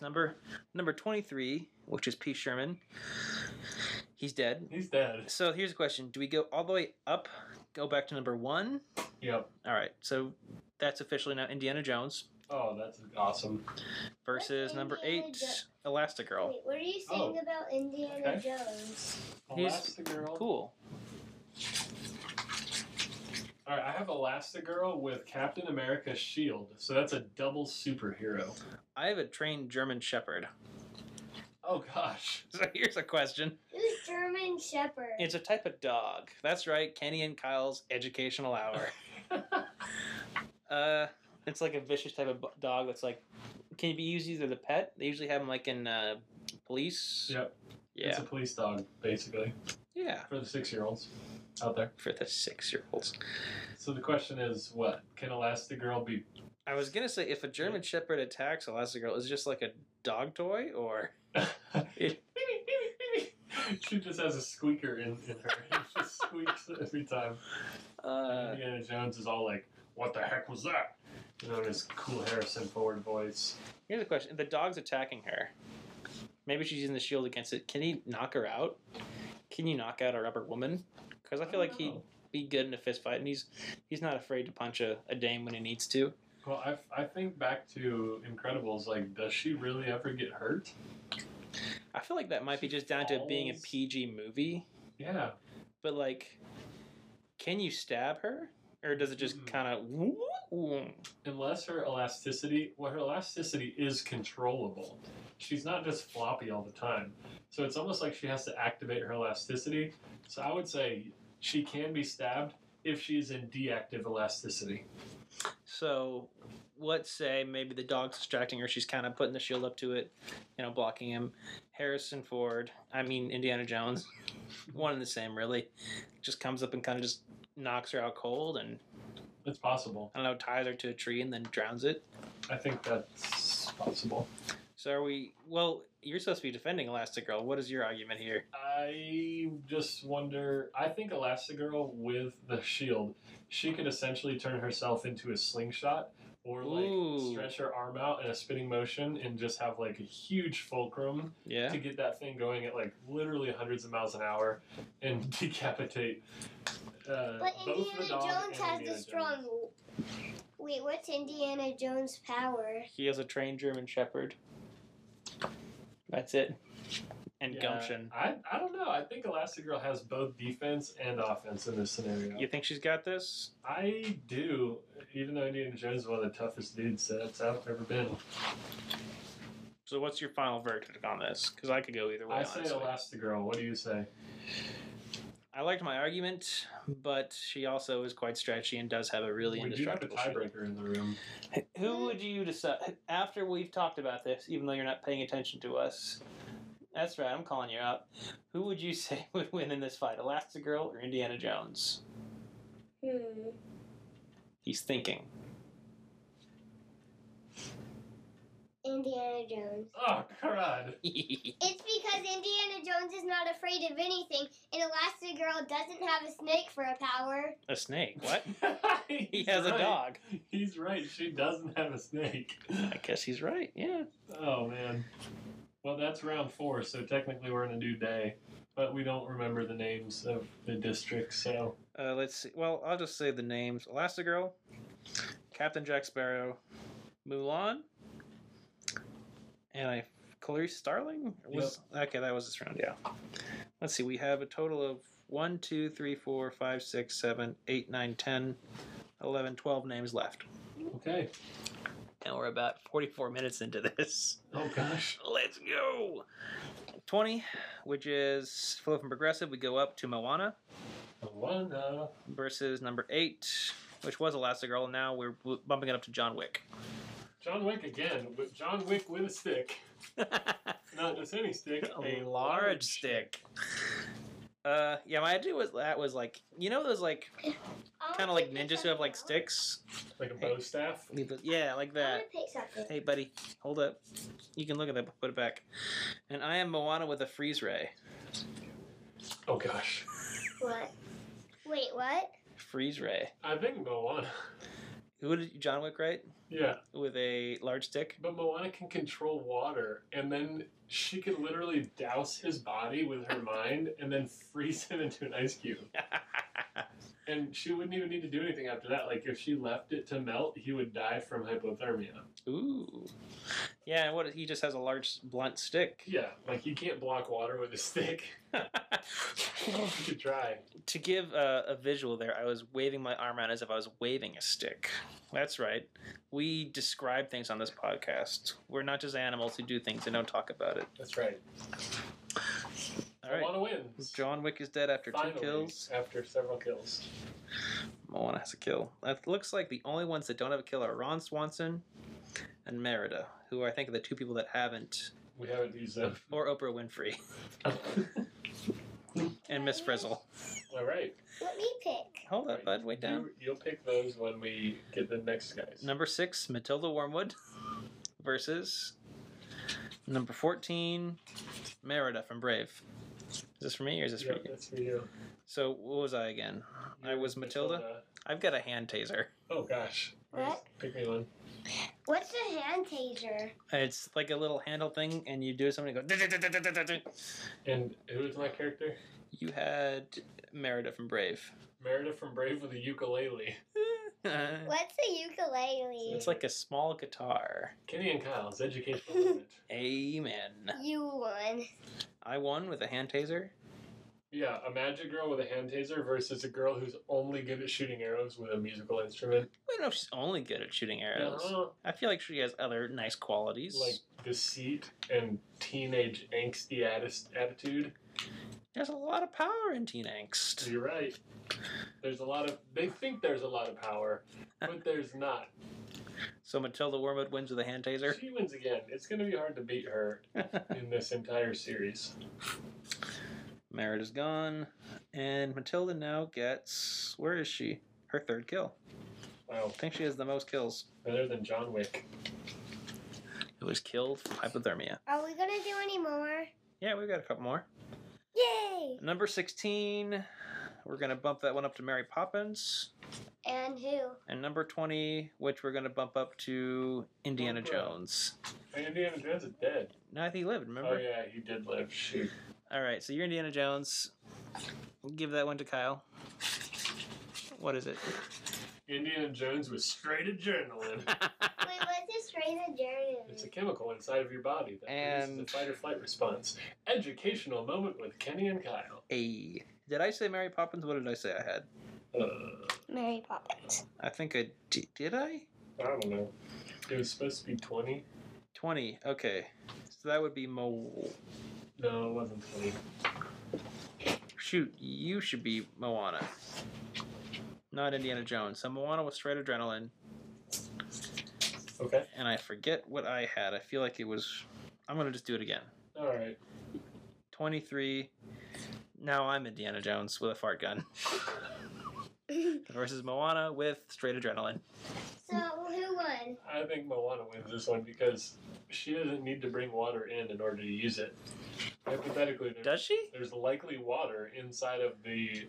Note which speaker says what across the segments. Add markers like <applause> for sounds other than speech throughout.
Speaker 1: number number 23, which is P. Sherman. He's dead.
Speaker 2: He's dead.
Speaker 1: So here's a question: Do we go all the way up, go back to number one?
Speaker 2: Yep.
Speaker 1: All right, so that's officially now Indiana Jones
Speaker 2: Oh, that's awesome.
Speaker 1: versus
Speaker 3: What's
Speaker 1: number
Speaker 3: Indiana
Speaker 1: eight,
Speaker 3: Jo-
Speaker 1: Elastigirl.
Speaker 3: Wait, what are you
Speaker 2: Oh.
Speaker 3: saying about Indiana
Speaker 2: Okay.
Speaker 3: Jones?
Speaker 1: He's
Speaker 2: Elastigirl.
Speaker 1: Cool.
Speaker 2: All right, I have Elastigirl with Captain America's shield, so that's a double superhero.
Speaker 1: I have a trained German Shepherd. <laughs>
Speaker 2: Oh gosh. <laughs>
Speaker 1: So here's a question:
Speaker 3: Who's German Shepherd?
Speaker 1: It's a type of dog. That's right, Kenny and Kyle's educational hour. uh, it's like a vicious type of bu- dog that's like can be used either the pet. They usually have them like in uh, police.
Speaker 2: Yep. It's
Speaker 1: Yeah.
Speaker 2: a police dog, basically,
Speaker 1: yeah.
Speaker 2: for the six-year-olds out there.
Speaker 1: For the six-year-olds.
Speaker 2: So the question is, what can Elastigirl be? <laughs>
Speaker 1: I was gonna say if a German Shepherd attacks Elastigirl, is it just like a dog toy or it,
Speaker 2: she just has a squeaker in, in her. It just squeaks every time.
Speaker 1: uh,
Speaker 2: Indiana Jones is all like, "What the heck was that?" You know, in his cool Harrison Ford voice.
Speaker 1: here's a question. If the dog's attacking her, maybe she's using the shield against it. Can he knock her out? Can you knock out a rubber woman? Because I feel like he'd
Speaker 2: know.
Speaker 1: be good in a fist fight, and he's he's not afraid to punch a, a dame when he needs to.
Speaker 2: Well, I, I think back to Incredibles. Like, does she really ever get hurt?
Speaker 1: I feel like that might be just down to it being a
Speaker 2: Falls.
Speaker 1: PG movie.
Speaker 2: Yeah.
Speaker 1: But like, can you stab her, or does it just
Speaker 2: Mm.
Speaker 1: kind of?
Speaker 2: Unless her elasticity, well, her elasticity is controllable. She's not just floppy all the time. So it's almost like she has to activate her elasticity. So I would say she can be stabbed if she is in deactive elasticity.
Speaker 1: So, let's say maybe the dog's distracting her. She's kind of putting the shield up to it, you know, blocking him. Harrison Ford, I mean Indiana Jones, <laughs> one and the same really, just comes up and kind of just knocks her out cold, and
Speaker 2: It's possible.
Speaker 1: I don't know, ties her to a tree and then drowns it.
Speaker 2: I think that's possible.
Speaker 1: So are we? Well, you're supposed to be defending Elastigirl. What is your argument here?
Speaker 2: I just wonder. I think Elastigirl with the shield, she could essentially turn herself into a slingshot or like
Speaker 1: Ooh.
Speaker 2: stretch her arm out in a spinning motion and just have like a huge fulcrum
Speaker 1: Yeah.
Speaker 2: to get that thing going at like literally hundreds of miles an hour and <laughs> decapitate. Uh,
Speaker 3: but
Speaker 2: both
Speaker 3: Indiana
Speaker 2: the dog
Speaker 3: Jones
Speaker 2: and
Speaker 3: has
Speaker 2: Indiana
Speaker 3: the strong.
Speaker 2: Jones.
Speaker 3: Wait, what's Indiana Jones' power?
Speaker 1: He has a trained German Shepherd. That's it. And
Speaker 2: Yeah,
Speaker 1: gumption.
Speaker 2: I, I don't know. I think Elastigirl has both defense and offense in this scenario.
Speaker 1: You think she's got this?
Speaker 2: I do, even though Indiana Jones is one of the toughest dudes that's out ever been.
Speaker 1: So what's your final verdict on this? Because I could go either way.
Speaker 2: I say
Speaker 1: honestly.
Speaker 2: Elastigirl. What do you say?
Speaker 1: I liked my argument, but she also is quite stretchy and does have a really
Speaker 2: we do have a
Speaker 1: indestructible shield.
Speaker 2: tiebreaker in the room.
Speaker 1: Who would you decide after we've talked about this? Even though you're not paying attention to us, that's right. I'm calling you out. Who would you <laughs> say would win in this fight, Elastigirl or Indiana Jones?
Speaker 3: Hmm.
Speaker 1: He's thinking. <laughs>
Speaker 3: Indiana Jones.
Speaker 2: Oh, crud. <laughs>
Speaker 3: It's because Indiana Jones is not afraid of anything, and Elastigirl doesn't have a snake for a power.
Speaker 1: a snake? What? He
Speaker 2: He's
Speaker 1: has a
Speaker 2: right.
Speaker 1: dog.
Speaker 2: He's right. She doesn't have a snake.
Speaker 1: I guess he's right. Yeah.
Speaker 2: Oh, man. Well, that's round four, so technically we're in a new day. But we don't remember the names of the districts, so.
Speaker 1: Uh, let's see. Well, I'll just say the names: Elastigirl, Captain Jack Sparrow, Mulan, and I Clarice Starling was okay. That was this round, yeah. Let's see. We have a total of one, two, three, four, five, six, seven, eight, nine, ten, eleven, twelve names left,
Speaker 2: Okay.
Speaker 1: and we're about forty-four minutes into this. <laughs>
Speaker 2: Oh, gosh.
Speaker 1: Let's go. Twenty, which is flow from progressive. We go up to Moana.
Speaker 2: Moana.
Speaker 1: versus number eight, which was Elastigirl. and Now we're bu- bumping it up to John Wick.
Speaker 2: John Wick again. with John Wick with a stick.
Speaker 1: a
Speaker 2: Not just any stick.
Speaker 1: large, stick. Uh, yeah, my idea was that was like you know those like
Speaker 3: I
Speaker 1: kind of
Speaker 3: wanna
Speaker 1: like
Speaker 3: pick
Speaker 1: ninjas who have like
Speaker 3: something
Speaker 1: sticks.
Speaker 2: Like a bow staff.
Speaker 1: Yeah, like
Speaker 3: else. I want
Speaker 1: that.
Speaker 3: to pick something.
Speaker 1: Hey, buddy, hold up. You can look at that. but Put it back. And I am Moana with a freeze ray.
Speaker 2: Oh, gosh.
Speaker 3: What? Wait, what?
Speaker 1: Freeze ray.
Speaker 2: I think Moana. <laughs>
Speaker 1: Who did John Wick right
Speaker 2: Yeah,
Speaker 1: with a large stick?
Speaker 2: but Moana can control water, and then she can literally douse his body with her mind, and then <laughs> freeze him into an ice <laughs> cube. And she wouldn't even need to do anything after that. Like if she left it to melt, he would die from hypothermia.
Speaker 1: Ooh. Yeah, and what he just has a large blunt stick. <laughs>
Speaker 2: Yeah, like you can't block water with a stick. <laughs> you could try.
Speaker 1: to give uh, a visual there, I was waving my arm out as if I was waving a stick. That's right. We describe things on this podcast. We're not just animals who do things and don't talk about it.
Speaker 2: That's right.
Speaker 1: All right.
Speaker 2: Moana wins.
Speaker 1: John Wick is dead after
Speaker 2: Finally,
Speaker 1: two kills.
Speaker 2: after several kills.
Speaker 1: Moana has a kill. It looks like the only ones that don't have a kill are Ron Swanson and Merida, who are, I think are the two people that haven't,
Speaker 2: We haven't used them. <laughs>
Speaker 1: or Oprah Winfrey <laughs> and Miss Frizzle.
Speaker 2: All right.
Speaker 3: Let me pick.
Speaker 1: Hold up, bud. Wait down.
Speaker 2: You, will pick those when we get the next guys.
Speaker 1: Number six, Matilda Wormwood <laughs> versus number 14, Merida from Brave. Is this for me or is this
Speaker 2: Yeah,
Speaker 1: for you?
Speaker 2: that's for you. uh,
Speaker 1: So, what was I again? I was Matilda. I've got a hand taser.
Speaker 2: Oh gosh.
Speaker 3: What?
Speaker 2: Pick me one.
Speaker 3: What's a hand taser?
Speaker 1: It's like a little handle thing, and you do something, and go. "Du-du-du-du-du-du-du."
Speaker 2: And who is my character?
Speaker 1: You had Merida from Brave. <laughs>
Speaker 2: Merida from Brave with a ukulele.
Speaker 1: Uh.
Speaker 3: What's a ukulele?
Speaker 1: <laughs> it's like a small guitar.
Speaker 2: Kenny and Kyle's educational limit.
Speaker 1: Amen.
Speaker 3: You won.
Speaker 1: I won with a hand taser.
Speaker 2: Yeah, a magic girl with a hand taser versus a girl who's only good at shooting arrows with a musical instrument.
Speaker 1: I don't know if she's only good at shooting arrows.
Speaker 2: Uh-huh.
Speaker 1: I feel like she has other nice qualities.
Speaker 2: Like deceit and teenage angsty atti- attitude.
Speaker 1: There's a lot of power in teen angst.
Speaker 2: You're right. There's a lot of. They think there's a lot of power, but there's not.
Speaker 1: So Matilda Wormwood wins with a hand taser.
Speaker 2: She wins again. It's going to be hard to beat her in this entire series.
Speaker 1: Merritt is gone. And Matilda now gets. Where is she? Her third kill.
Speaker 2: Wow,
Speaker 1: I think she has the most kills.
Speaker 2: better than John Wick.
Speaker 1: Who was killed from hypothermia.
Speaker 3: Are we gonna do any more?
Speaker 1: Yeah, we've got a couple more.
Speaker 3: Yay!
Speaker 1: Number 16. We're going to bump that one up to Mary Poppins.
Speaker 3: And who?
Speaker 1: And number 20, which we're going to bump up to Indiana
Speaker 2: Oprah.
Speaker 1: Jones.
Speaker 2: And Indiana Jones is dead.
Speaker 1: No, I think he lived, remember?
Speaker 2: Oh yeah, he did live. Shoot.
Speaker 1: All right, so you're Indiana Jones. Give that one to Kyle. What is it?
Speaker 2: Indiana Jones was straight
Speaker 1: <laughs>
Speaker 2: adrenaline.
Speaker 3: Wait, what's this raise a
Speaker 2: It's a
Speaker 3: journey?
Speaker 2: chemical inside of your body that
Speaker 1: And-
Speaker 2: produces a fight or flight response. Educational moment with Kenny and Kyle.
Speaker 1: A. Did I say Mary Poppins? What did I say I had?
Speaker 2: Uh,
Speaker 3: Mary Poppins.
Speaker 1: I think I did. Did I?
Speaker 2: I don't know. It was supposed to be 20.
Speaker 1: 20. Okay. So that would be Mo.
Speaker 2: No, it wasn't 20.
Speaker 1: Shoot, you should be Moana. Not Indiana Jones. So Moana was straight adrenaline,
Speaker 2: Okay.
Speaker 1: and I forget what I had. I feel like it was. I'm going to just do it again.
Speaker 2: All right.
Speaker 1: 23. Now I'm Indiana Jones with a fart gun. Versus Moana with straight adrenaline.
Speaker 3: So who won?
Speaker 2: I think Moana wins this one because she doesn't need to bring water in in order to use it. Hypothetically, there's,
Speaker 1: Does she?
Speaker 2: there's likely water inside of the,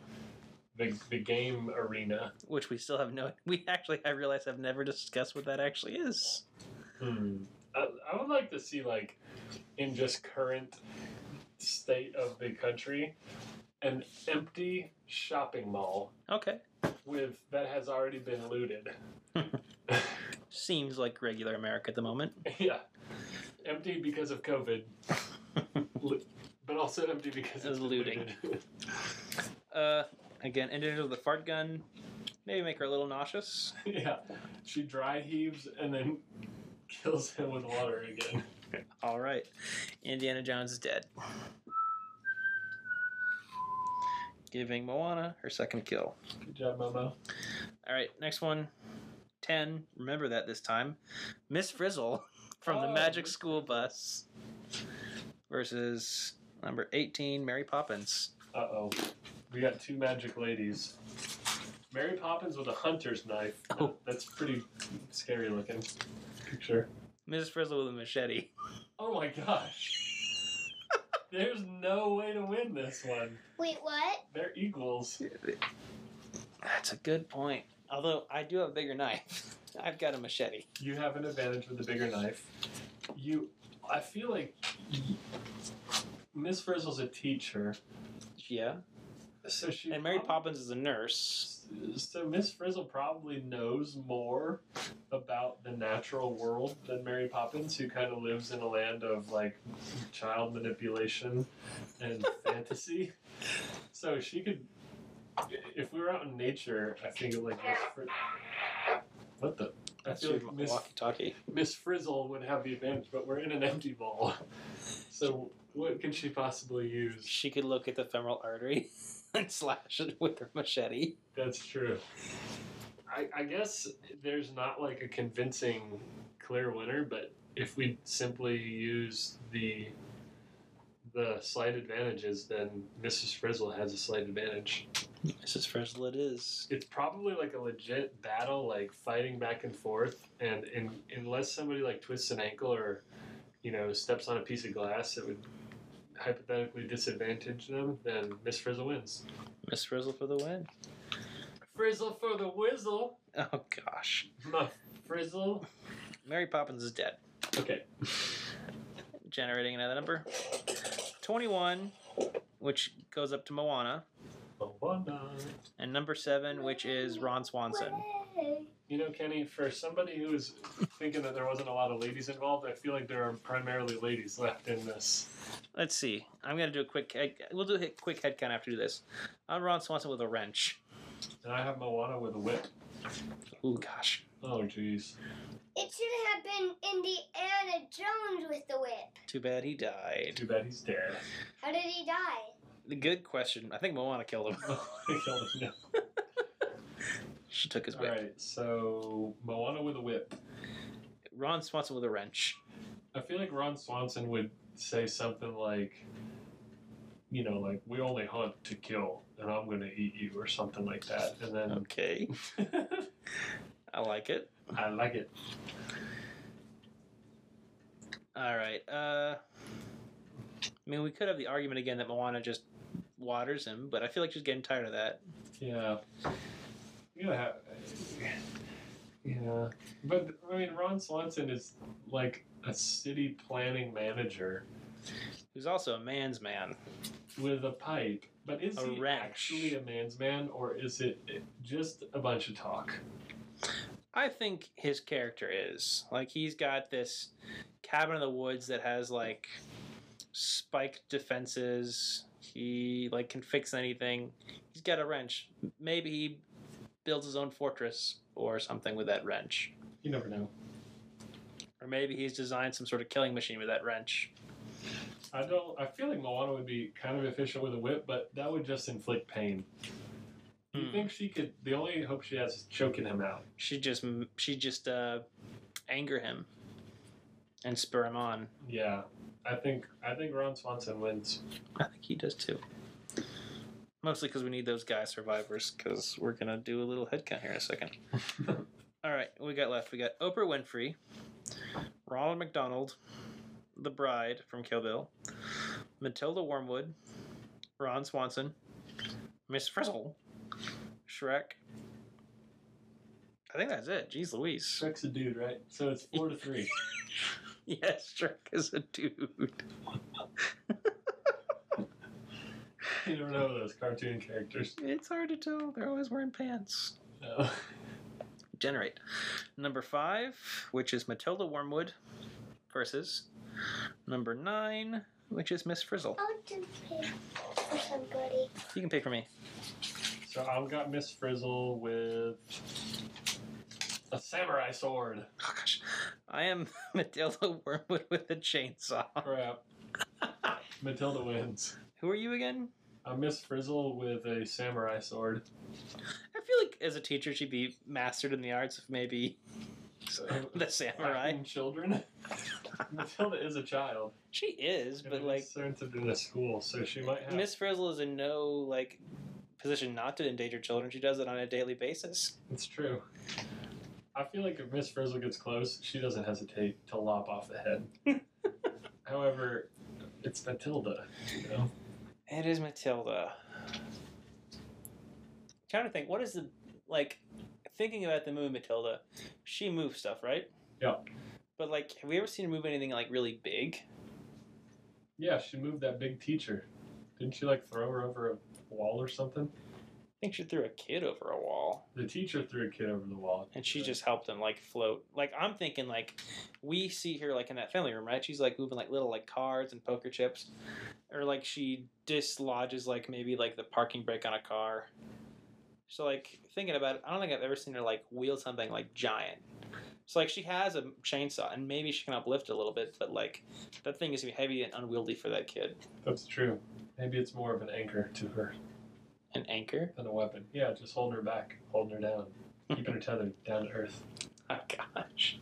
Speaker 2: the the game arena.
Speaker 1: Which we still have no. We actually, I realize, I've never discussed what that actually is.
Speaker 2: Hmm. I, I would like to see like in just current state of the country an empty shopping mall
Speaker 1: Okay.
Speaker 2: with that has already been looted. <laughs>
Speaker 1: Seems like regular America at the moment.
Speaker 2: yeah. Empty because of COVID. Lo- but also empty because
Speaker 1: It was
Speaker 2: it's
Speaker 1: looting.
Speaker 2: looted. <laughs>
Speaker 1: Uh, again, ended with the fart gun. Maybe make her a little nauseous.
Speaker 2: yeah. She dry heaves and then <laughs> kills him with water again.
Speaker 1: All right. Indiana Jones is dead. Giving Moana her second kill.
Speaker 2: Good job, Momo.
Speaker 1: All right, next one. 10. Remember that this time. Miss Frizzle <laughs> from the
Speaker 2: Oh,
Speaker 1: Magic
Speaker 2: Miss
Speaker 1: School Bus versus number 18, Mary Poppins.
Speaker 2: Uh oh. We got two magic ladies. Mary Poppins with a hunter's knife.
Speaker 1: <laughs> Oh.
Speaker 2: That's pretty scary looking picture.
Speaker 1: Miss Frizzle with a machete.
Speaker 2: Oh my gosh.
Speaker 1: <laughs>
Speaker 2: There's no way to win this one.
Speaker 3: Wait, what?
Speaker 2: They're equals.
Speaker 1: That's a good point. Although I do have a bigger knife. <laughs> I've got a machete.
Speaker 2: You have an advantage with the bigger knife. You, I feel like Miss Frizzle's a teacher,
Speaker 1: Yeah.
Speaker 2: so she
Speaker 1: And Mary
Speaker 2: prob-
Speaker 1: Poppins is a nurse.
Speaker 2: So Miss Frizzle probably knows more about the natural world than Mary Poppins, who kind of lives in a land of like child manipulation and fantasy. So she could, if we were out in nature, I think like Miss Fri- what the. I
Speaker 1: That's
Speaker 2: feel
Speaker 1: your
Speaker 2: like Miss,
Speaker 1: walkie-talkie.
Speaker 2: Miss Frizzle would have the advantage, but we're in an empty ball. So what can she possibly use?
Speaker 1: She could look at the femoral artery <laughs> and slash it with her machete.
Speaker 2: That's true. I, I guess there's not like a convincing clear winner, but if we simply use the the slight advantages, then Mrs. Frizzle has a slight advantage.
Speaker 1: Mrs. Frizzle, it is.
Speaker 2: It's probably like a legit battle, like fighting back and forth, and in, unless somebody like twists an ankle or you know steps on a piece of glass that would hypothetically disadvantage them, then Miss Frizzle wins.
Speaker 1: Miss Frizzle for the win.
Speaker 2: Frizzle for the whizzle,
Speaker 1: Oh gosh.
Speaker 2: <laughs> my frizzle.
Speaker 1: Mary Poppins is dead.
Speaker 2: Okay.
Speaker 1: Generating another number. Twenty-one, which goes up to Moana, and number seven, which is Ron Swanson.
Speaker 3: Way.
Speaker 2: You know, Kenny, for somebody who was thinking that there wasn't a lot of ladies involved, I feel like there are primarily ladies left in this.
Speaker 1: Let's see. I'm gonna do a quick. head- We'll do a quick head count after this. I'm Ron Swanson with a wrench.
Speaker 2: And I have Moana with a whip.
Speaker 1: Oh gosh.
Speaker 2: Oh, jeez.
Speaker 3: It should have been Indiana Jones with the whip.
Speaker 1: Too bad he died.
Speaker 2: Too bad he's dead. <laughs>
Speaker 3: How did he die?
Speaker 1: Good question. I think Moana killed him. <laughs>
Speaker 2: I killed him.
Speaker 1: she took his
Speaker 2: All
Speaker 1: whip.
Speaker 2: right, so Moana with a whip.
Speaker 1: Ron Swanson with a wrench.
Speaker 2: I feel like Ron Swanson would say something like, you know, like, we only hunt to kill, and I'm going to eat you, or something like that. And then
Speaker 1: Okay, I like it.
Speaker 2: <laughs> I like it.
Speaker 1: All right. Uh, I mean, we could have the argument again that Moana just waters him, but I feel like she's getting tired of that.
Speaker 2: Yeah. You gotta have. Yeah. But, I mean, Ron Swanson is like a city planning manager
Speaker 1: Who's also a man's man.
Speaker 2: with a pipe. But is
Speaker 1: A
Speaker 2: he
Speaker 1: wrench.
Speaker 2: actually a man's man or is it just a bunch of talk?
Speaker 1: I think his character is like he's got this cabin in the woods that has like spiked defenses. He like can fix anything. He's got a wrench. Maybe he builds his own fortress or something with that wrench.
Speaker 2: You never know.
Speaker 1: Or maybe he's designed some sort of killing machine with that wrench.
Speaker 2: I don't. I feel like Moana would be kind of efficient with a whip, but that would just inflict pain. You
Speaker 1: Hmm.
Speaker 2: think she could? The only hope she has is choking him out.
Speaker 1: She just she just uh, anger him and spur him on.
Speaker 2: Yeah, I think I think Ron Swanson wins.
Speaker 1: I think he does too. Mostly because we need those guy survivors because we're gonna do a little headcount here in a second. <laughs> All right, what we got left. We got Oprah Winfrey, Ronald McDonald, the bride from Kill Bill, Matilda Wormwood, Ron Swanson, Miss Frizzle, Shrek. I think that's it. Jeez Louise. <laughs>
Speaker 2: Shrek's a dude, right? So it's four to three.
Speaker 1: Yes, Shrek is a dude.
Speaker 2: <laughs> You never know those cartoon characters.
Speaker 1: It's hard to tell. They're always wearing pants.
Speaker 2: No.
Speaker 1: Generate. Number five, which is Matilda Wormwood versus number nine, which is Miss Frizzle.
Speaker 3: I'll just pick for somebody.
Speaker 1: You can pick for me.
Speaker 2: So I've got Miss Frizzle with a samurai sword.
Speaker 1: Oh, gosh. I am <laughs> Matilda Wormwood with a chainsaw.
Speaker 2: Crap.
Speaker 1: <laughs>
Speaker 2: Matilda wins.
Speaker 1: Who are you again?
Speaker 2: I'm Miss Frizzle with a samurai sword.
Speaker 1: I feel like as a teacher, she'd be mastered in the arts of maybe <laughs> the samurai.
Speaker 2: Hacking Children. <laughs> Matilda is a child.
Speaker 1: She is,
Speaker 2: and
Speaker 1: but
Speaker 2: it
Speaker 1: like
Speaker 2: is sent to do the school, so she might have.
Speaker 1: Miss Frizzle is in no like position not to endanger children. She does it on a daily basis.
Speaker 2: It's true. I feel like if Miss Frizzle gets close, she doesn't hesitate to lop off the head.
Speaker 1: <laughs>
Speaker 2: However, it's Matilda, you know.
Speaker 1: It is Matilda. trying to think, what is the like? thinking about the movie Matilda, she moves stuff, right?
Speaker 2: Yeah.
Speaker 1: But like, have we ever seen her move anything like really big?
Speaker 2: Yeah, she moved that big teacher. Didn't she like throw her over a wall or something?
Speaker 1: I think she threw a kid over a wall,
Speaker 2: The teacher threw a kid over the wall.
Speaker 1: and she just helped him like float. Like I'm thinking, like we see her like in that family room, right? She's like moving like little like cards and poker chips, or like she dislodges like maybe like the parking brake on a car. So like thinking about it, I don't think I've ever seen her like wield something like giant. So like she has a chainsaw, and maybe she can uplift a little bit, but like that thing is gonna be heavy and unwieldy for that kid.
Speaker 2: That's true. Maybe it's more of an anchor to her
Speaker 1: An anchor. <laughs>
Speaker 2: than a weapon. Yeah, just holding her back, holding her down, keeping her tethered down to earth.
Speaker 1: Oh gosh.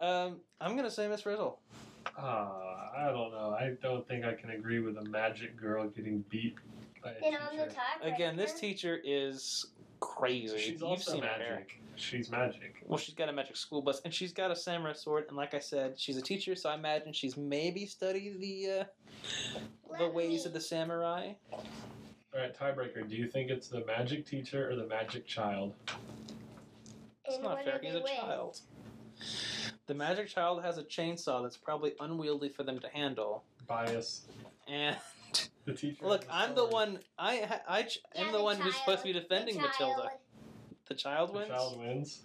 Speaker 1: Um, I'm gonna say Miss Frizzle.
Speaker 2: Ah, I don't know. I don't think I can agree with a magic girl getting beat by a
Speaker 3: And on the
Speaker 2: teacher.
Speaker 3: top.
Speaker 1: Again, this
Speaker 3: teacher.
Speaker 1: teacher is crazy.
Speaker 2: She's
Speaker 1: You've
Speaker 2: also
Speaker 1: seen her hair.
Speaker 2: magic. She's magic.
Speaker 1: Well, she's got a magic school bus, and she's got a samurai sword. And like I said, she's a teacher, so I imagine she's maybe studied the uh, the ways of the samurai.
Speaker 2: All right, tiebreaker. Do you think it's the magic teacher or the magic child?
Speaker 1: It's not fair. He's a child. The magic child has a chainsaw that's probably unwieldy for them to handle.
Speaker 2: Bias.
Speaker 1: And
Speaker 2: The
Speaker 1: <laughs>
Speaker 2: teacher.
Speaker 1: look,
Speaker 2: has a
Speaker 1: I'm the
Speaker 2: sword.
Speaker 1: one. I ha- I ch- am the, one who's supposed to be defending Matilda. The child
Speaker 2: The
Speaker 1: wins.
Speaker 2: child wins.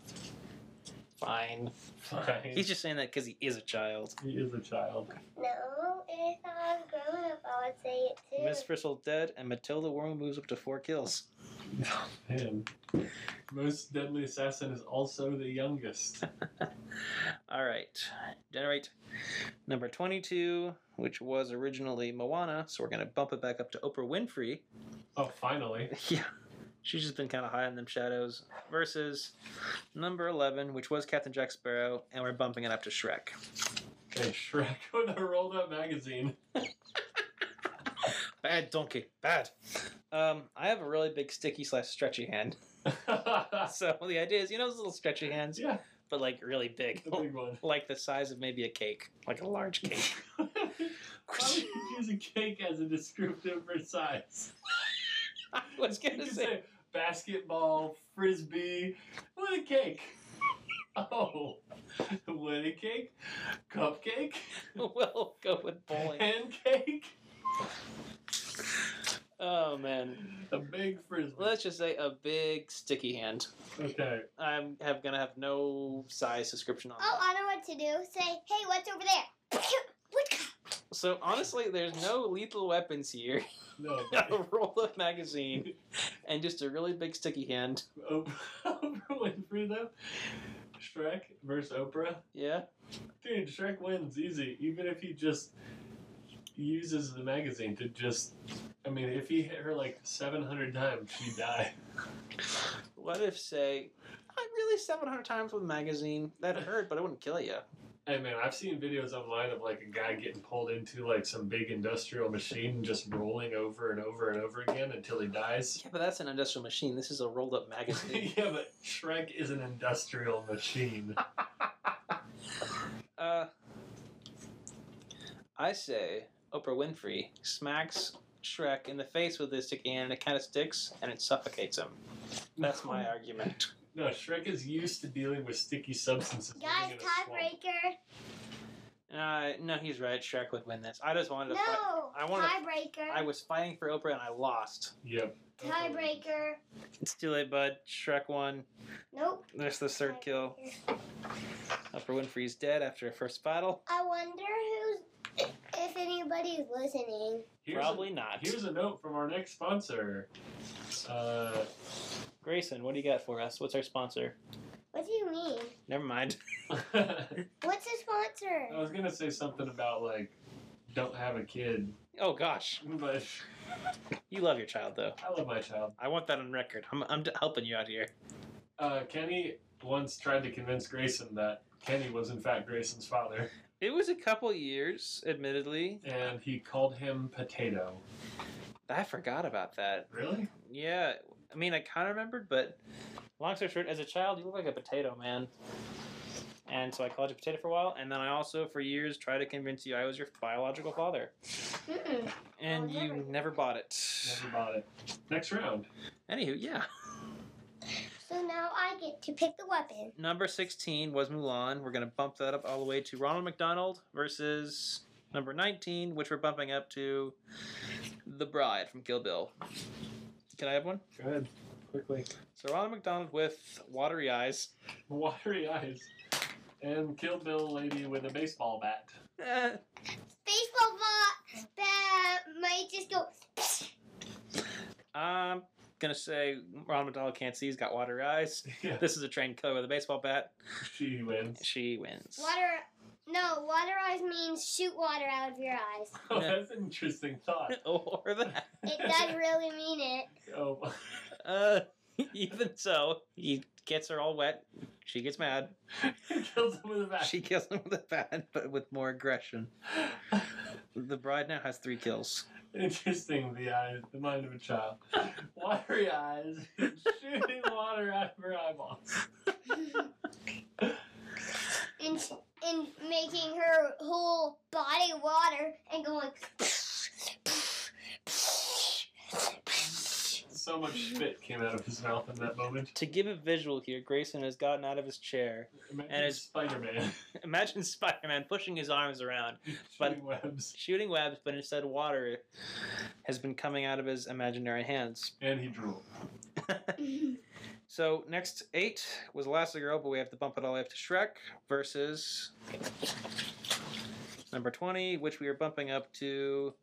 Speaker 1: Fine.
Speaker 2: Fine.
Speaker 1: He's just saying that because he is a child.
Speaker 2: He is a child.
Speaker 3: No, if I was grown up, I would say it too.
Speaker 1: Miss Frizzle dead, and Matilda Worm moves up to four kills.
Speaker 2: Man. Most deadly assassin is also the youngest.
Speaker 1: All right, generate number 22, which was originally Moana, so we're gonna bump it back up to Oprah Winfrey.
Speaker 2: Oh, finally.
Speaker 1: <laughs> yeah, she's just been kind of high in them shadows. Versus number 11, which was Captain Jack Sparrow, and we're bumping it up to Shrek.
Speaker 2: Okay, Shrek <laughs> with a rolled up magazine. <laughs>
Speaker 1: Bad donkey, bad. Um, I have a really big sticky slash stretchy hand, <laughs> so the idea is, you know, those little stretchy hands,
Speaker 2: yeah,
Speaker 1: but like really <laughs> big,
Speaker 2: the big one. <laughs>
Speaker 1: like the size of maybe a cake, like a large cake. <laughs>
Speaker 2: Why would you use a cake as a descriptive for size?
Speaker 1: <laughs> I was
Speaker 2: You
Speaker 1: gonna
Speaker 2: could
Speaker 1: say.
Speaker 2: basketball, frisbee, what a cake. <laughs> Oh, what a cake, cupcake,
Speaker 1: <laughs> we'll go with <laughs> bowling.
Speaker 2: pancake,
Speaker 1: Oh man.
Speaker 2: a big frisbee.
Speaker 1: Let's just say a big sticky hand.
Speaker 2: Okay,
Speaker 1: I'm have gonna have no size description on
Speaker 3: Oh,
Speaker 1: that.
Speaker 3: I know what to do. Say, hey, what's over there? <coughs> Woodcock.
Speaker 1: So honestly, there's no lethal weapons here. <laughs>
Speaker 2: no.
Speaker 1: a roll-up magazine and just a really big sticky hand.
Speaker 2: Oprah, <laughs> Oprah Winfrey though. Shrek versus Oprah.
Speaker 1: Yeah.
Speaker 2: Dude, Shrek wins easy, even if he just uses the magazine to just. I mean, if he hit her like 700 times, she'd die.
Speaker 1: What if say, I really 700 times with a magazine. That hurt, but it wouldn't kill you.
Speaker 2: <laughs> Hey man, I've seen videos online of like a guy getting pulled into like some big industrial machine, just rolling over and over and over again until he dies. <laughs>
Speaker 1: Yeah, but that's an industrial machine. This is a rolled-up magazine.
Speaker 2: yeah, but Shrek is an industrial machine.
Speaker 1: uh, I say Oprah Winfrey smacks Shrek in the face with this sticky hand, and it kind of sticks and it suffocates him. <laughs> That's my argument.
Speaker 2: No, Shrek is used to dealing with sticky substances. living
Speaker 3: Guys,
Speaker 2: in a swamp.
Speaker 3: tiebreaker.
Speaker 1: Uh, no, he's right. Shrek would win this. I just wanted to fight.
Speaker 3: No,
Speaker 1: I wanna-
Speaker 3: tiebreaker.
Speaker 1: I was fighting for Oprah and I lost.
Speaker 2: Yep.
Speaker 3: tiebreaker.
Speaker 1: It's too late, bud. Shrek won.
Speaker 3: Nope.
Speaker 1: There's the third kill. Oprah Winfrey's dead after her first battle.
Speaker 3: I wonder who's, <coughs> if anybody's listening.
Speaker 2: Here's a-
Speaker 1: Probably not.
Speaker 2: Here's a note from our next sponsor. Uh, <laughs>
Speaker 1: Grayson, what do you got for us? What's our sponsor?
Speaker 3: What do you mean?
Speaker 1: Never mind. <laughs>
Speaker 2: I
Speaker 3: What's a sponsor?
Speaker 1: Uh,
Speaker 2: was gonna say something about like don't have a kid,
Speaker 1: Oh gosh,
Speaker 2: but
Speaker 1: you love your child though.
Speaker 2: I love my child.
Speaker 1: I want that on record. I'm, I'm d- helping you out here.
Speaker 2: Uh, Kenny once tried to convince Grayson that Kenny was in fact Grayson's father,
Speaker 1: It was a couple years, admittedly.
Speaker 2: and he called him Potato.
Speaker 1: I forgot about that.
Speaker 2: Really?
Speaker 1: Yeah, I mean, I kind of remembered, but long story short, as a child, you look like a potato, man. And so I called you potato for a while, and then I also, for years, tried to convince you I was your biological father,
Speaker 3: Mm-mm.
Speaker 1: and
Speaker 3: Oh,
Speaker 1: you
Speaker 3: never.
Speaker 1: never bought it.
Speaker 2: Never bought it. Next round.
Speaker 1: Anywho, yeah,
Speaker 3: So So now I get to pick the weapon.
Speaker 1: Number 16 was Mulan. We're going to bump that up all the way to Ronald McDonald versus number 19, which we're bumping up to The Bride from Kill Bill. Can I have one?
Speaker 2: Go ahead, quickly.
Speaker 1: So Ronald McDonald with watery eyes.
Speaker 2: Watery eyes. And Kill Bill lady with a baseball bat. <laughs>
Speaker 1: Eh,
Speaker 3: Baseball bat, bat might just go.
Speaker 1: I'm going to say Ronald McDonald can't see. He's got watery eyes.
Speaker 2: Yeah.
Speaker 1: This is a trained killer with a baseball bat.
Speaker 2: She <laughs> wins.
Speaker 1: She wins.
Speaker 3: Water. No, water eyes means shoot water out of your eyes.
Speaker 2: Oh, <laughs> that's an interesting thought.
Speaker 1: <laughs> or that.
Speaker 3: It does really mean it.
Speaker 2: <laughs> oh,
Speaker 1: <laughs> Uh, even so, he gets her all wet. She gets mad.
Speaker 2: kills him with a bat.
Speaker 1: She kills him with a bat, but with more aggression. The bride now has three kills.
Speaker 2: Interesting, the eyes, the mind of
Speaker 1: <laughs>
Speaker 2: a child. Watery eyes, <laughs> shooting water out of her eyeballs.
Speaker 3: And, and making her whole body water and going.
Speaker 2: So
Speaker 1: <laughs>
Speaker 2: much spit came out of his mouth in that moment.
Speaker 1: To give a visual here, Grayson has gotten out of his chair. <laughs>
Speaker 2: Imagine
Speaker 1: And it's-
Speaker 2: Spider
Speaker 1: <laughs>
Speaker 2: Man
Speaker 1: Imagine Spider Man pushing his arms around, But-
Speaker 2: <laughs> shooting webs,
Speaker 1: shooting webs, but instead water has been coming out of his imaginary hands.
Speaker 2: and he drooled.
Speaker 1: So, next eight was Elastigirl, but we have to bump it all the way up to Shrek versus number 20, which we are bumping up to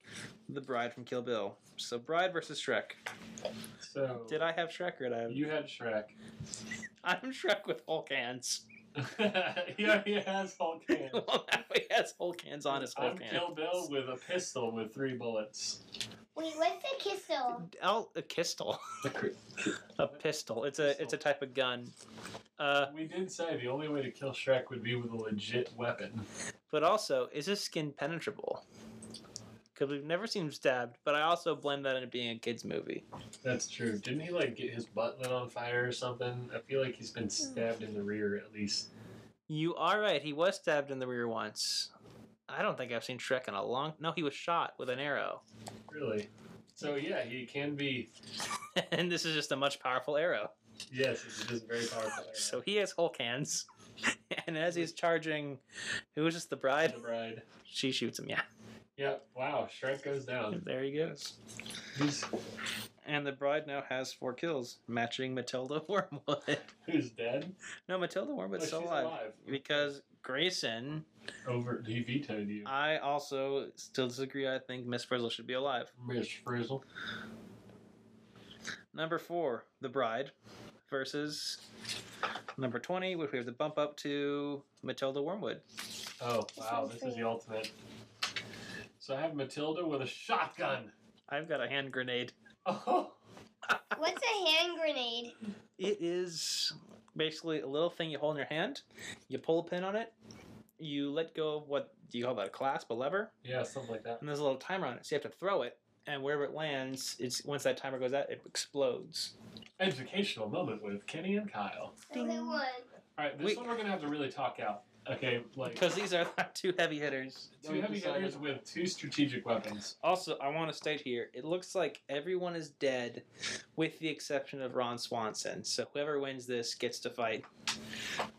Speaker 1: The Bride from Kill Bill. So, Bride versus Shrek.
Speaker 2: So
Speaker 1: Did I have Shrek or did I have.
Speaker 2: you had Shrek. <laughs>
Speaker 1: I'm Shrek with Hulk hands.
Speaker 2: yeah, he has
Speaker 1: <laughs>
Speaker 2: Hulk hands.
Speaker 1: well, that way he has Hulk hands on his
Speaker 2: I'm
Speaker 1: Hulk hand.
Speaker 2: Kill Bill with a pistol with three bullets.
Speaker 3: Wait, what's the kissel?
Speaker 1: Al- a pistol. <laughs> A pistol. It's a it's a type of gun. Uh,
Speaker 2: We did say the only way to kill Shrek would be with a legit weapon.
Speaker 1: but also, is his skin penetrable? Because we've never seen him stabbed. But I also blame that into being a kids movie.
Speaker 2: That's true. Didn't he like get his butt lit on fire or something? I feel like he's been stabbed in the rear at least.
Speaker 1: You are right. He was stabbed in the rear once. I don't think I've seen Shrek in a long. No, he was shot with an arrow, <laughs>
Speaker 2: Really. So yeah, he can be.
Speaker 1: and this is just a much powerful arrow.
Speaker 2: Yes, it's just very powerful. arrow.
Speaker 1: <laughs> So he has Hulk hands, <laughs> and as he's charging, who is this? The bride.
Speaker 2: the bride.
Speaker 1: She shoots him. Yeah,
Speaker 2: Yeah. Wow. Shrek goes down.
Speaker 1: there he goes.
Speaker 2: Who's
Speaker 1: And the bride now has four kills, matching Matilda <laughs> Wormwood.
Speaker 2: who's dead?
Speaker 1: no, Matilda Wormwood's
Speaker 2: Oh,
Speaker 1: still
Speaker 2: she's
Speaker 1: alive. Because Grayson,
Speaker 2: Over. He vetoed you.
Speaker 1: I also still disagree. I think Miss Frizzle should be alive.
Speaker 2: Miss Frizzle.
Speaker 1: Number four, The Bride, versus number twenty, which we have to bump up to Matilda Wormwood.
Speaker 2: Oh wow,
Speaker 3: one's
Speaker 2: this is
Speaker 3: free.
Speaker 2: the ultimate. So I have Matilda with a shotgun. <laughs>
Speaker 1: I've got a hand grenade.
Speaker 2: Oh.
Speaker 3: What's a hand grenade?
Speaker 1: It is basically a little thing you hold in your hand. You pull a pin on it. You let go of what do you call that? A clasp, a lever,
Speaker 2: Yeah, something like that.
Speaker 1: and there's a little timer on it. So you have to throw it, and wherever it lands, it's once that timer goes out, it explodes.
Speaker 2: Educational moment with Kenny and Kyle.
Speaker 3: So who won?
Speaker 2: All right, this
Speaker 1: Wait.
Speaker 2: one we're gonna have to really talk out. Okay, like
Speaker 1: Because these are <laughs> two heavy hitters.
Speaker 2: two heavy hitters with two strategic weapons.
Speaker 1: Also, I want to state here it looks like everyone is dead with the exception of Ron Swanson. So whoever wins this gets to fight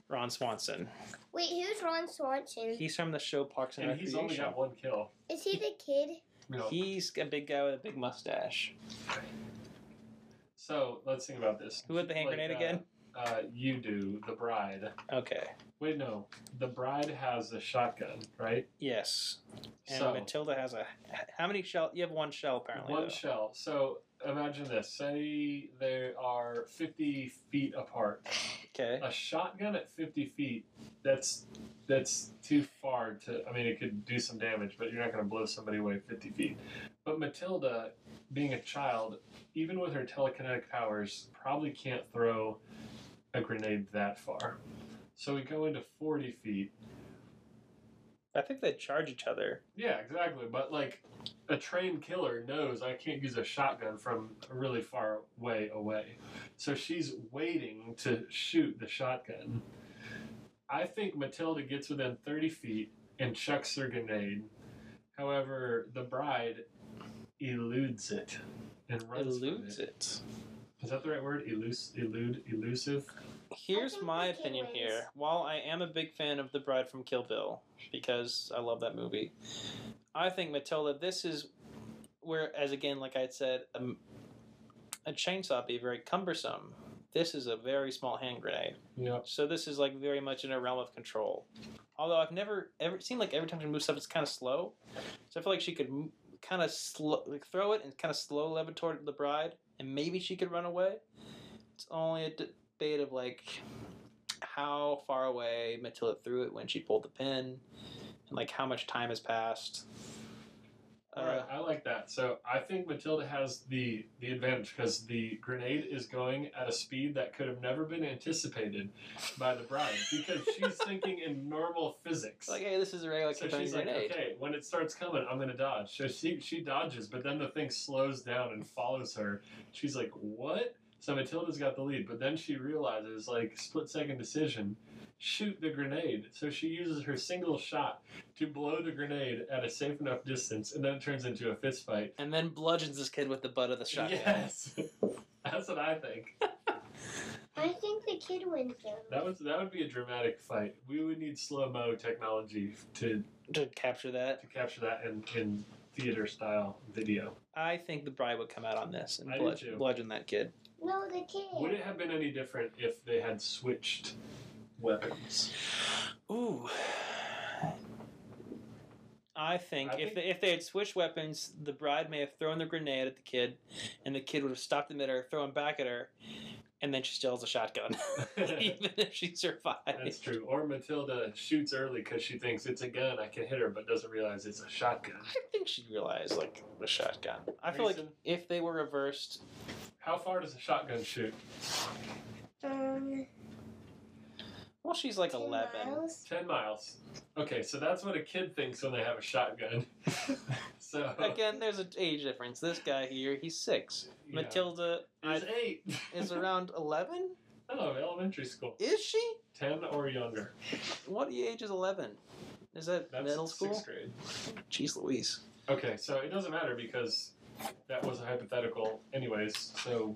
Speaker 1: Ron Swanson.
Speaker 3: Wait, who's Ron Swanson?
Speaker 1: He's from the show Parks and,
Speaker 2: And he's only
Speaker 1: Recreation.
Speaker 2: got one kill.
Speaker 3: Is he the kid?
Speaker 2: No.
Speaker 1: He's a big guy with a big mustache.
Speaker 2: So let's think about this.
Speaker 1: Who had the hand
Speaker 2: Like,
Speaker 1: grenade
Speaker 2: uh,
Speaker 1: again?
Speaker 2: Uh, you do the bride.
Speaker 1: Okay.
Speaker 2: Wait, no, the bride has a shotgun, right?
Speaker 1: Yes. And
Speaker 2: so
Speaker 1: Matilda has a. How many shell? You have one shell apparently.
Speaker 2: one
Speaker 1: though.
Speaker 2: shell. So imagine this: say they are fifty feet apart.
Speaker 1: okay.
Speaker 2: A shotgun at fifty feet. That's that's too far to. I mean, it could do some damage, but you're not going to blow somebody away fifty feet. But Matilda, being a child, even with her telekinetic powers, probably can't throw a grenade that far. So we go into forty feet.
Speaker 1: I think they charge each other.
Speaker 2: Yeah, exactly. But like a trained killer knows I can't use a shotgun from a really far way away. So she's waiting to shoot the shotgun. I think Matilda gets within 30 feet and chucks her grenade. However, the bride eludes it and runs.
Speaker 1: Eludes it.
Speaker 2: Is that the right word? Elus- elude, elusive.
Speaker 3: I
Speaker 1: Here's
Speaker 3: think
Speaker 1: my
Speaker 3: we can
Speaker 1: opinion
Speaker 3: wait.
Speaker 1: here. While I am a big fan of The Bride from Kill Bill because I love that movie, I think Matilda. This is where, as again, like I had said, um, a chainsaw be very cumbersome. This is a very small hand grenade,
Speaker 2: Yeah.
Speaker 1: so this is like very much in a realm of control. Although I've never ever it seemed like every time she moves stuff, it's kind of slow. So I feel like she could kind of slow, like throw it and kind of slow levitate toward the bride, and maybe she could run away. It's only a debate of like how far away Matilda threw it when she pulled the pin, and like how much time has passed. Uh,
Speaker 2: All right, I like that. So I think Matilda has the the advantage because the grenade is going at a speed that could have never been anticipated by the bride because she's thinking in normal physics.
Speaker 1: It's like, hey, this is a regular
Speaker 2: so
Speaker 1: Kryptonian
Speaker 2: she's like,
Speaker 1: grenade.
Speaker 2: okay, when it starts coming, I'm gonna dodge. So she she dodges, but then the thing slows down and follows her. She's like, what? So Matilda's got the lead, but then she realizes, like, split second decision, shoot the grenade. So she uses her single shot to blow the grenade at a safe enough distance, and then it turns into a fist fight.
Speaker 1: And then bludgeons this kid with the butt of the shotgun.
Speaker 2: Yes, <laughs> that's what I think.
Speaker 3: I think the kid wins though.
Speaker 2: That was that would be a dramatic fight. We would need slow mo technology to
Speaker 1: To capture that,
Speaker 2: to capture that in in theater style video.
Speaker 1: I think the bride would come out on this and
Speaker 2: I do
Speaker 1: bludge-
Speaker 2: too.
Speaker 1: bludgeon that kid.
Speaker 3: No, the kid.
Speaker 2: Would it have been any different if they had switched weapons?
Speaker 1: Ooh. I think
Speaker 2: I
Speaker 1: if
Speaker 2: think-
Speaker 1: they, if they had switched weapons, the bride may have thrown the grenade at the kid, and the kid would have stopped in midair, thrown back at her, and then she still has a
Speaker 2: <laughs>
Speaker 1: shotgun, <laughs> even if she survived.
Speaker 2: That's true. Or Matilda shoots early because she thinks it's a gun. I can hit her, but doesn't realize it's a shotgun.
Speaker 1: I think she'd realize like a shotgun. I feel like
Speaker 2: Reason?
Speaker 1: if they were reversed,
Speaker 2: How far does a shotgun shoot?
Speaker 3: Um,
Speaker 1: well, she's like
Speaker 3: two
Speaker 1: eleven.
Speaker 3: miles.
Speaker 2: Ten miles. Okay, so that's what a kid thinks when they have a shotgun. <laughs>
Speaker 1: <laughs>
Speaker 2: so
Speaker 1: Again, there's an age difference. This guy here, he's six.
Speaker 2: yeah.
Speaker 1: Matilda
Speaker 2: is
Speaker 1: I-
Speaker 2: eight.
Speaker 1: is around eleven.
Speaker 2: <laughs> Oh, elementary school.
Speaker 1: Is she?
Speaker 2: 10 or younger.
Speaker 1: What age is eleven? Is that
Speaker 2: That's
Speaker 1: middle school?
Speaker 2: sixth grade.
Speaker 1: Jeez Louise.
Speaker 2: Okay, so it doesn't matter because that was a hypothetical, anyways. So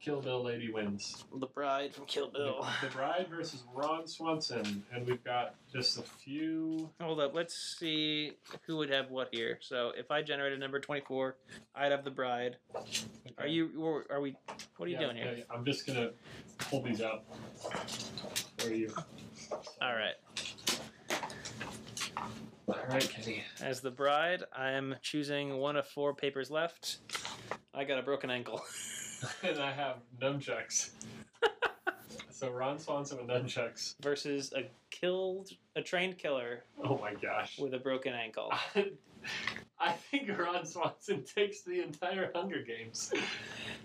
Speaker 2: Kill Bill Lady wins.
Speaker 1: The Bride from Kill Bill.
Speaker 2: The, the Bride versus Ron Swanson, and we've got just a few.
Speaker 1: <laughs> Hold up, let's see who would have what here. So if I generated number twenty-four, I'd have the Bride. Are you? or Are we? What are you
Speaker 2: Yeah,
Speaker 1: doing here?
Speaker 2: yeah, I'm just gonna pull these out. Where are you?
Speaker 1: All right.
Speaker 2: All right, Kenny.
Speaker 1: As the Bride, I'm choosing one of four papers left. I got a broken ankle.
Speaker 2: <laughs>
Speaker 1: <laughs>
Speaker 2: and I have nunchucks. so Ron Swanson with nunchucks.
Speaker 1: Versus a killed, a trained killer
Speaker 2: Oh my gosh.
Speaker 1: with a broken ankle.
Speaker 2: I, <laughs> I think Ron Swanson takes the entire Hunger Games.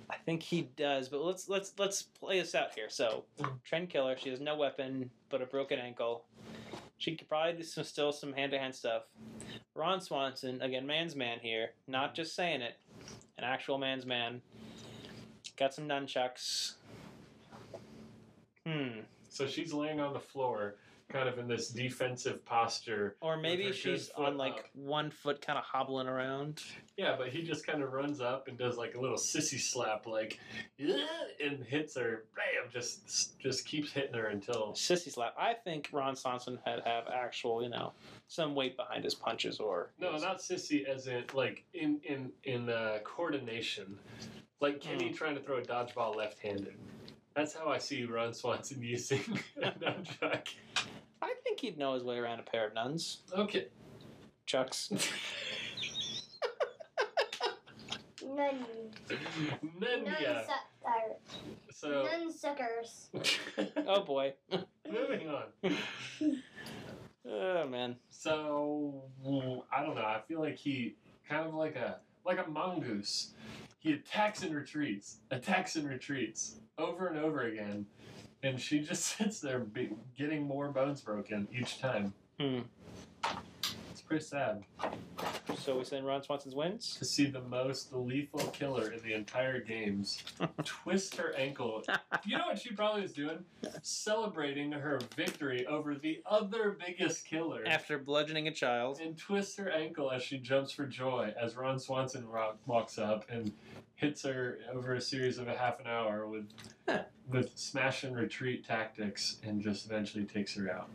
Speaker 1: I think he does, but let's let's let's play this out here. So, Trend Killer, she has no weapon but a broken ankle. She could probably do some still some hand to hand stuff. Ron Swanson, again, man's man here, not just saying it, an actual man's man. Got some nunchucks. Hmm.
Speaker 2: So she's laying on the floor, kind of in this defensive posture.
Speaker 1: Or maybe
Speaker 2: her
Speaker 1: she's
Speaker 2: good foot uh,
Speaker 1: on like
Speaker 2: up.
Speaker 1: one foot, kind of hobbling around.
Speaker 2: Yeah, but he just kind of runs up and does like a little sissy slap, like, "Yeah," and hits her. Bam! Just just keeps hitting her until.
Speaker 1: Sissy slap. I think Ron Swanson had have actual, you know, some weight behind his punches or
Speaker 2: No, not sissy, as in like in in in uh, coordination, like Kenny trying to throw a dodgeball left-handed. That's how I see Ron Swanson <laughs> using a nunchuck.
Speaker 1: I think he'd know his way around a pair of nuns.
Speaker 2: Okay. <laughs>
Speaker 1: Chucks.
Speaker 3: None. None
Speaker 2: Nundia.
Speaker 3: suckers.
Speaker 2: So
Speaker 3: None suckers.
Speaker 1: Oh boy.
Speaker 2: <laughs> moving on.
Speaker 1: Oh man.
Speaker 2: So mm, I don't know. I feel like he kind of like a like a mongoose. He attacks and retreats, attacks and retreats over and over again, and she <laughs> just sits there be, getting more bones broken each time.
Speaker 1: Hmm.
Speaker 2: It's pretty sad
Speaker 1: So we send Ron Swanson's wins.
Speaker 2: to see the most lethal killer in the entire games twist her ankle. You know what she probably was doing? Celebrating her victory over the other biggest killer.
Speaker 1: After bludgeoning a child,
Speaker 2: and twists her ankle as she jumps for joy as Ron Swanson ro- walks up and hits her over a series of a half an hour with with smash and retreat tactics and just eventually takes her out.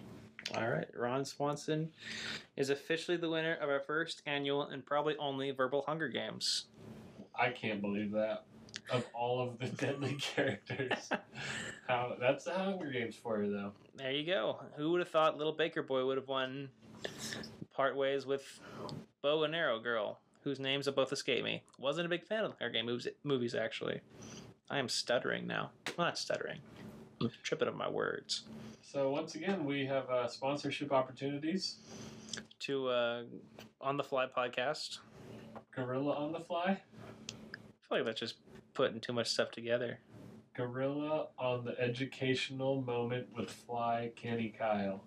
Speaker 1: All right, Ron Swanson is officially the winner of our first annual and probably only verbal Hunger Games.
Speaker 2: I can't believe that. Of all of the <laughs> deadly characters, how that's the Hunger Games for you though.
Speaker 1: There you go. Who would have thought Little Baker Boy would have won part ways with Bow and Arrow Girl, whose names have both escaped me. Wasn't a big fan of the Hunger Game movies, movies actually. I am stuttering now. Well, not stuttering. I'm tripping up my words.
Speaker 2: So once again, we have uh, sponsorship opportunities.
Speaker 1: To uh, on the fly podcast.
Speaker 2: Gorilla on the fly,
Speaker 1: I feel like that's just putting too much stuff together.
Speaker 2: Gorilla on the educational moment with Fly Kenny Kyle.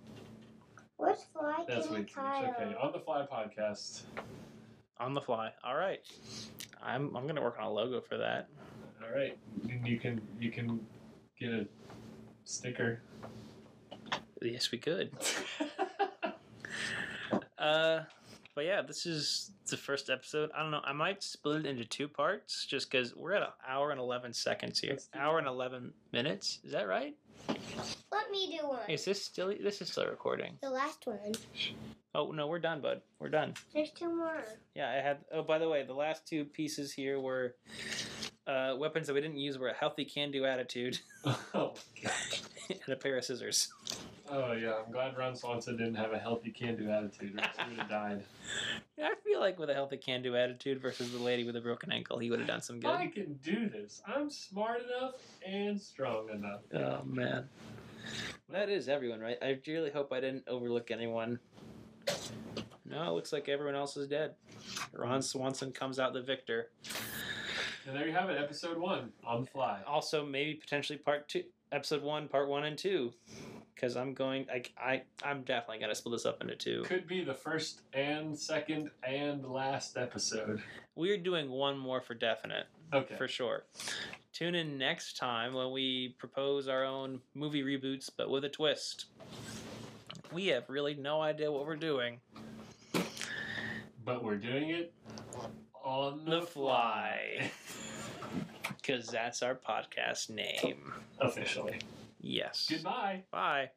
Speaker 3: What's fly
Speaker 2: That's
Speaker 3: Kenny
Speaker 2: way too much.
Speaker 3: Kyle?
Speaker 2: Okay, on the fly podcast.
Speaker 1: On the fly. All right. I'm I'm gonna work on a logo for that.
Speaker 2: All right, and you can you can get a sticker. <laughs>
Speaker 1: Yes, we could. Uh, but yeah, this is the first episode. I don't know. I might split it into two parts just because we're at an hour and 11 seconds here.
Speaker 2: Let's do
Speaker 1: Hour and 11 minutes. Is that right?
Speaker 3: Let me do one.
Speaker 1: Is this still, this is still recording.
Speaker 3: the last one.
Speaker 1: Oh, no, we're done, bud. We're done.
Speaker 3: There's two more.
Speaker 1: Yeah, I had, oh, by the way, the last two pieces here were uh, weapons that we didn't use were a healthy can do attitude
Speaker 2: oh
Speaker 1: <laughs> and a pair of scissors. <laughs>
Speaker 2: yeah, I'm glad Ron Swanson didn't have a healthy can-do attitude, or else he would have died.
Speaker 1: Yeah, I feel like with a healthy can do attitude versus the lady with a broken ankle, he would have done some good.
Speaker 2: I can do this. I'm smart enough and strong enough.
Speaker 1: Oh man, that is everyone, right? I really hope I didn't overlook anyone. No, it looks like everyone else is dead. Ron Swanson comes out the victor.
Speaker 2: And there you have it, episode one on the fly.
Speaker 1: Also, maybe potentially part two, episode one, part one and two, because I'm going. I, I I'm definitely gonna split this up into two.
Speaker 2: Could be the first and second and last episode.
Speaker 1: We're doing one more for definite,
Speaker 2: Okay.
Speaker 1: for sure. Tune in next time when we propose our own movie reboots, but with a twist. We have really no idea what we're doing.
Speaker 2: But we're doing it on
Speaker 1: the fly because that's our podcast name
Speaker 2: Officially.
Speaker 1: yes
Speaker 2: Goodbye.
Speaker 1: bye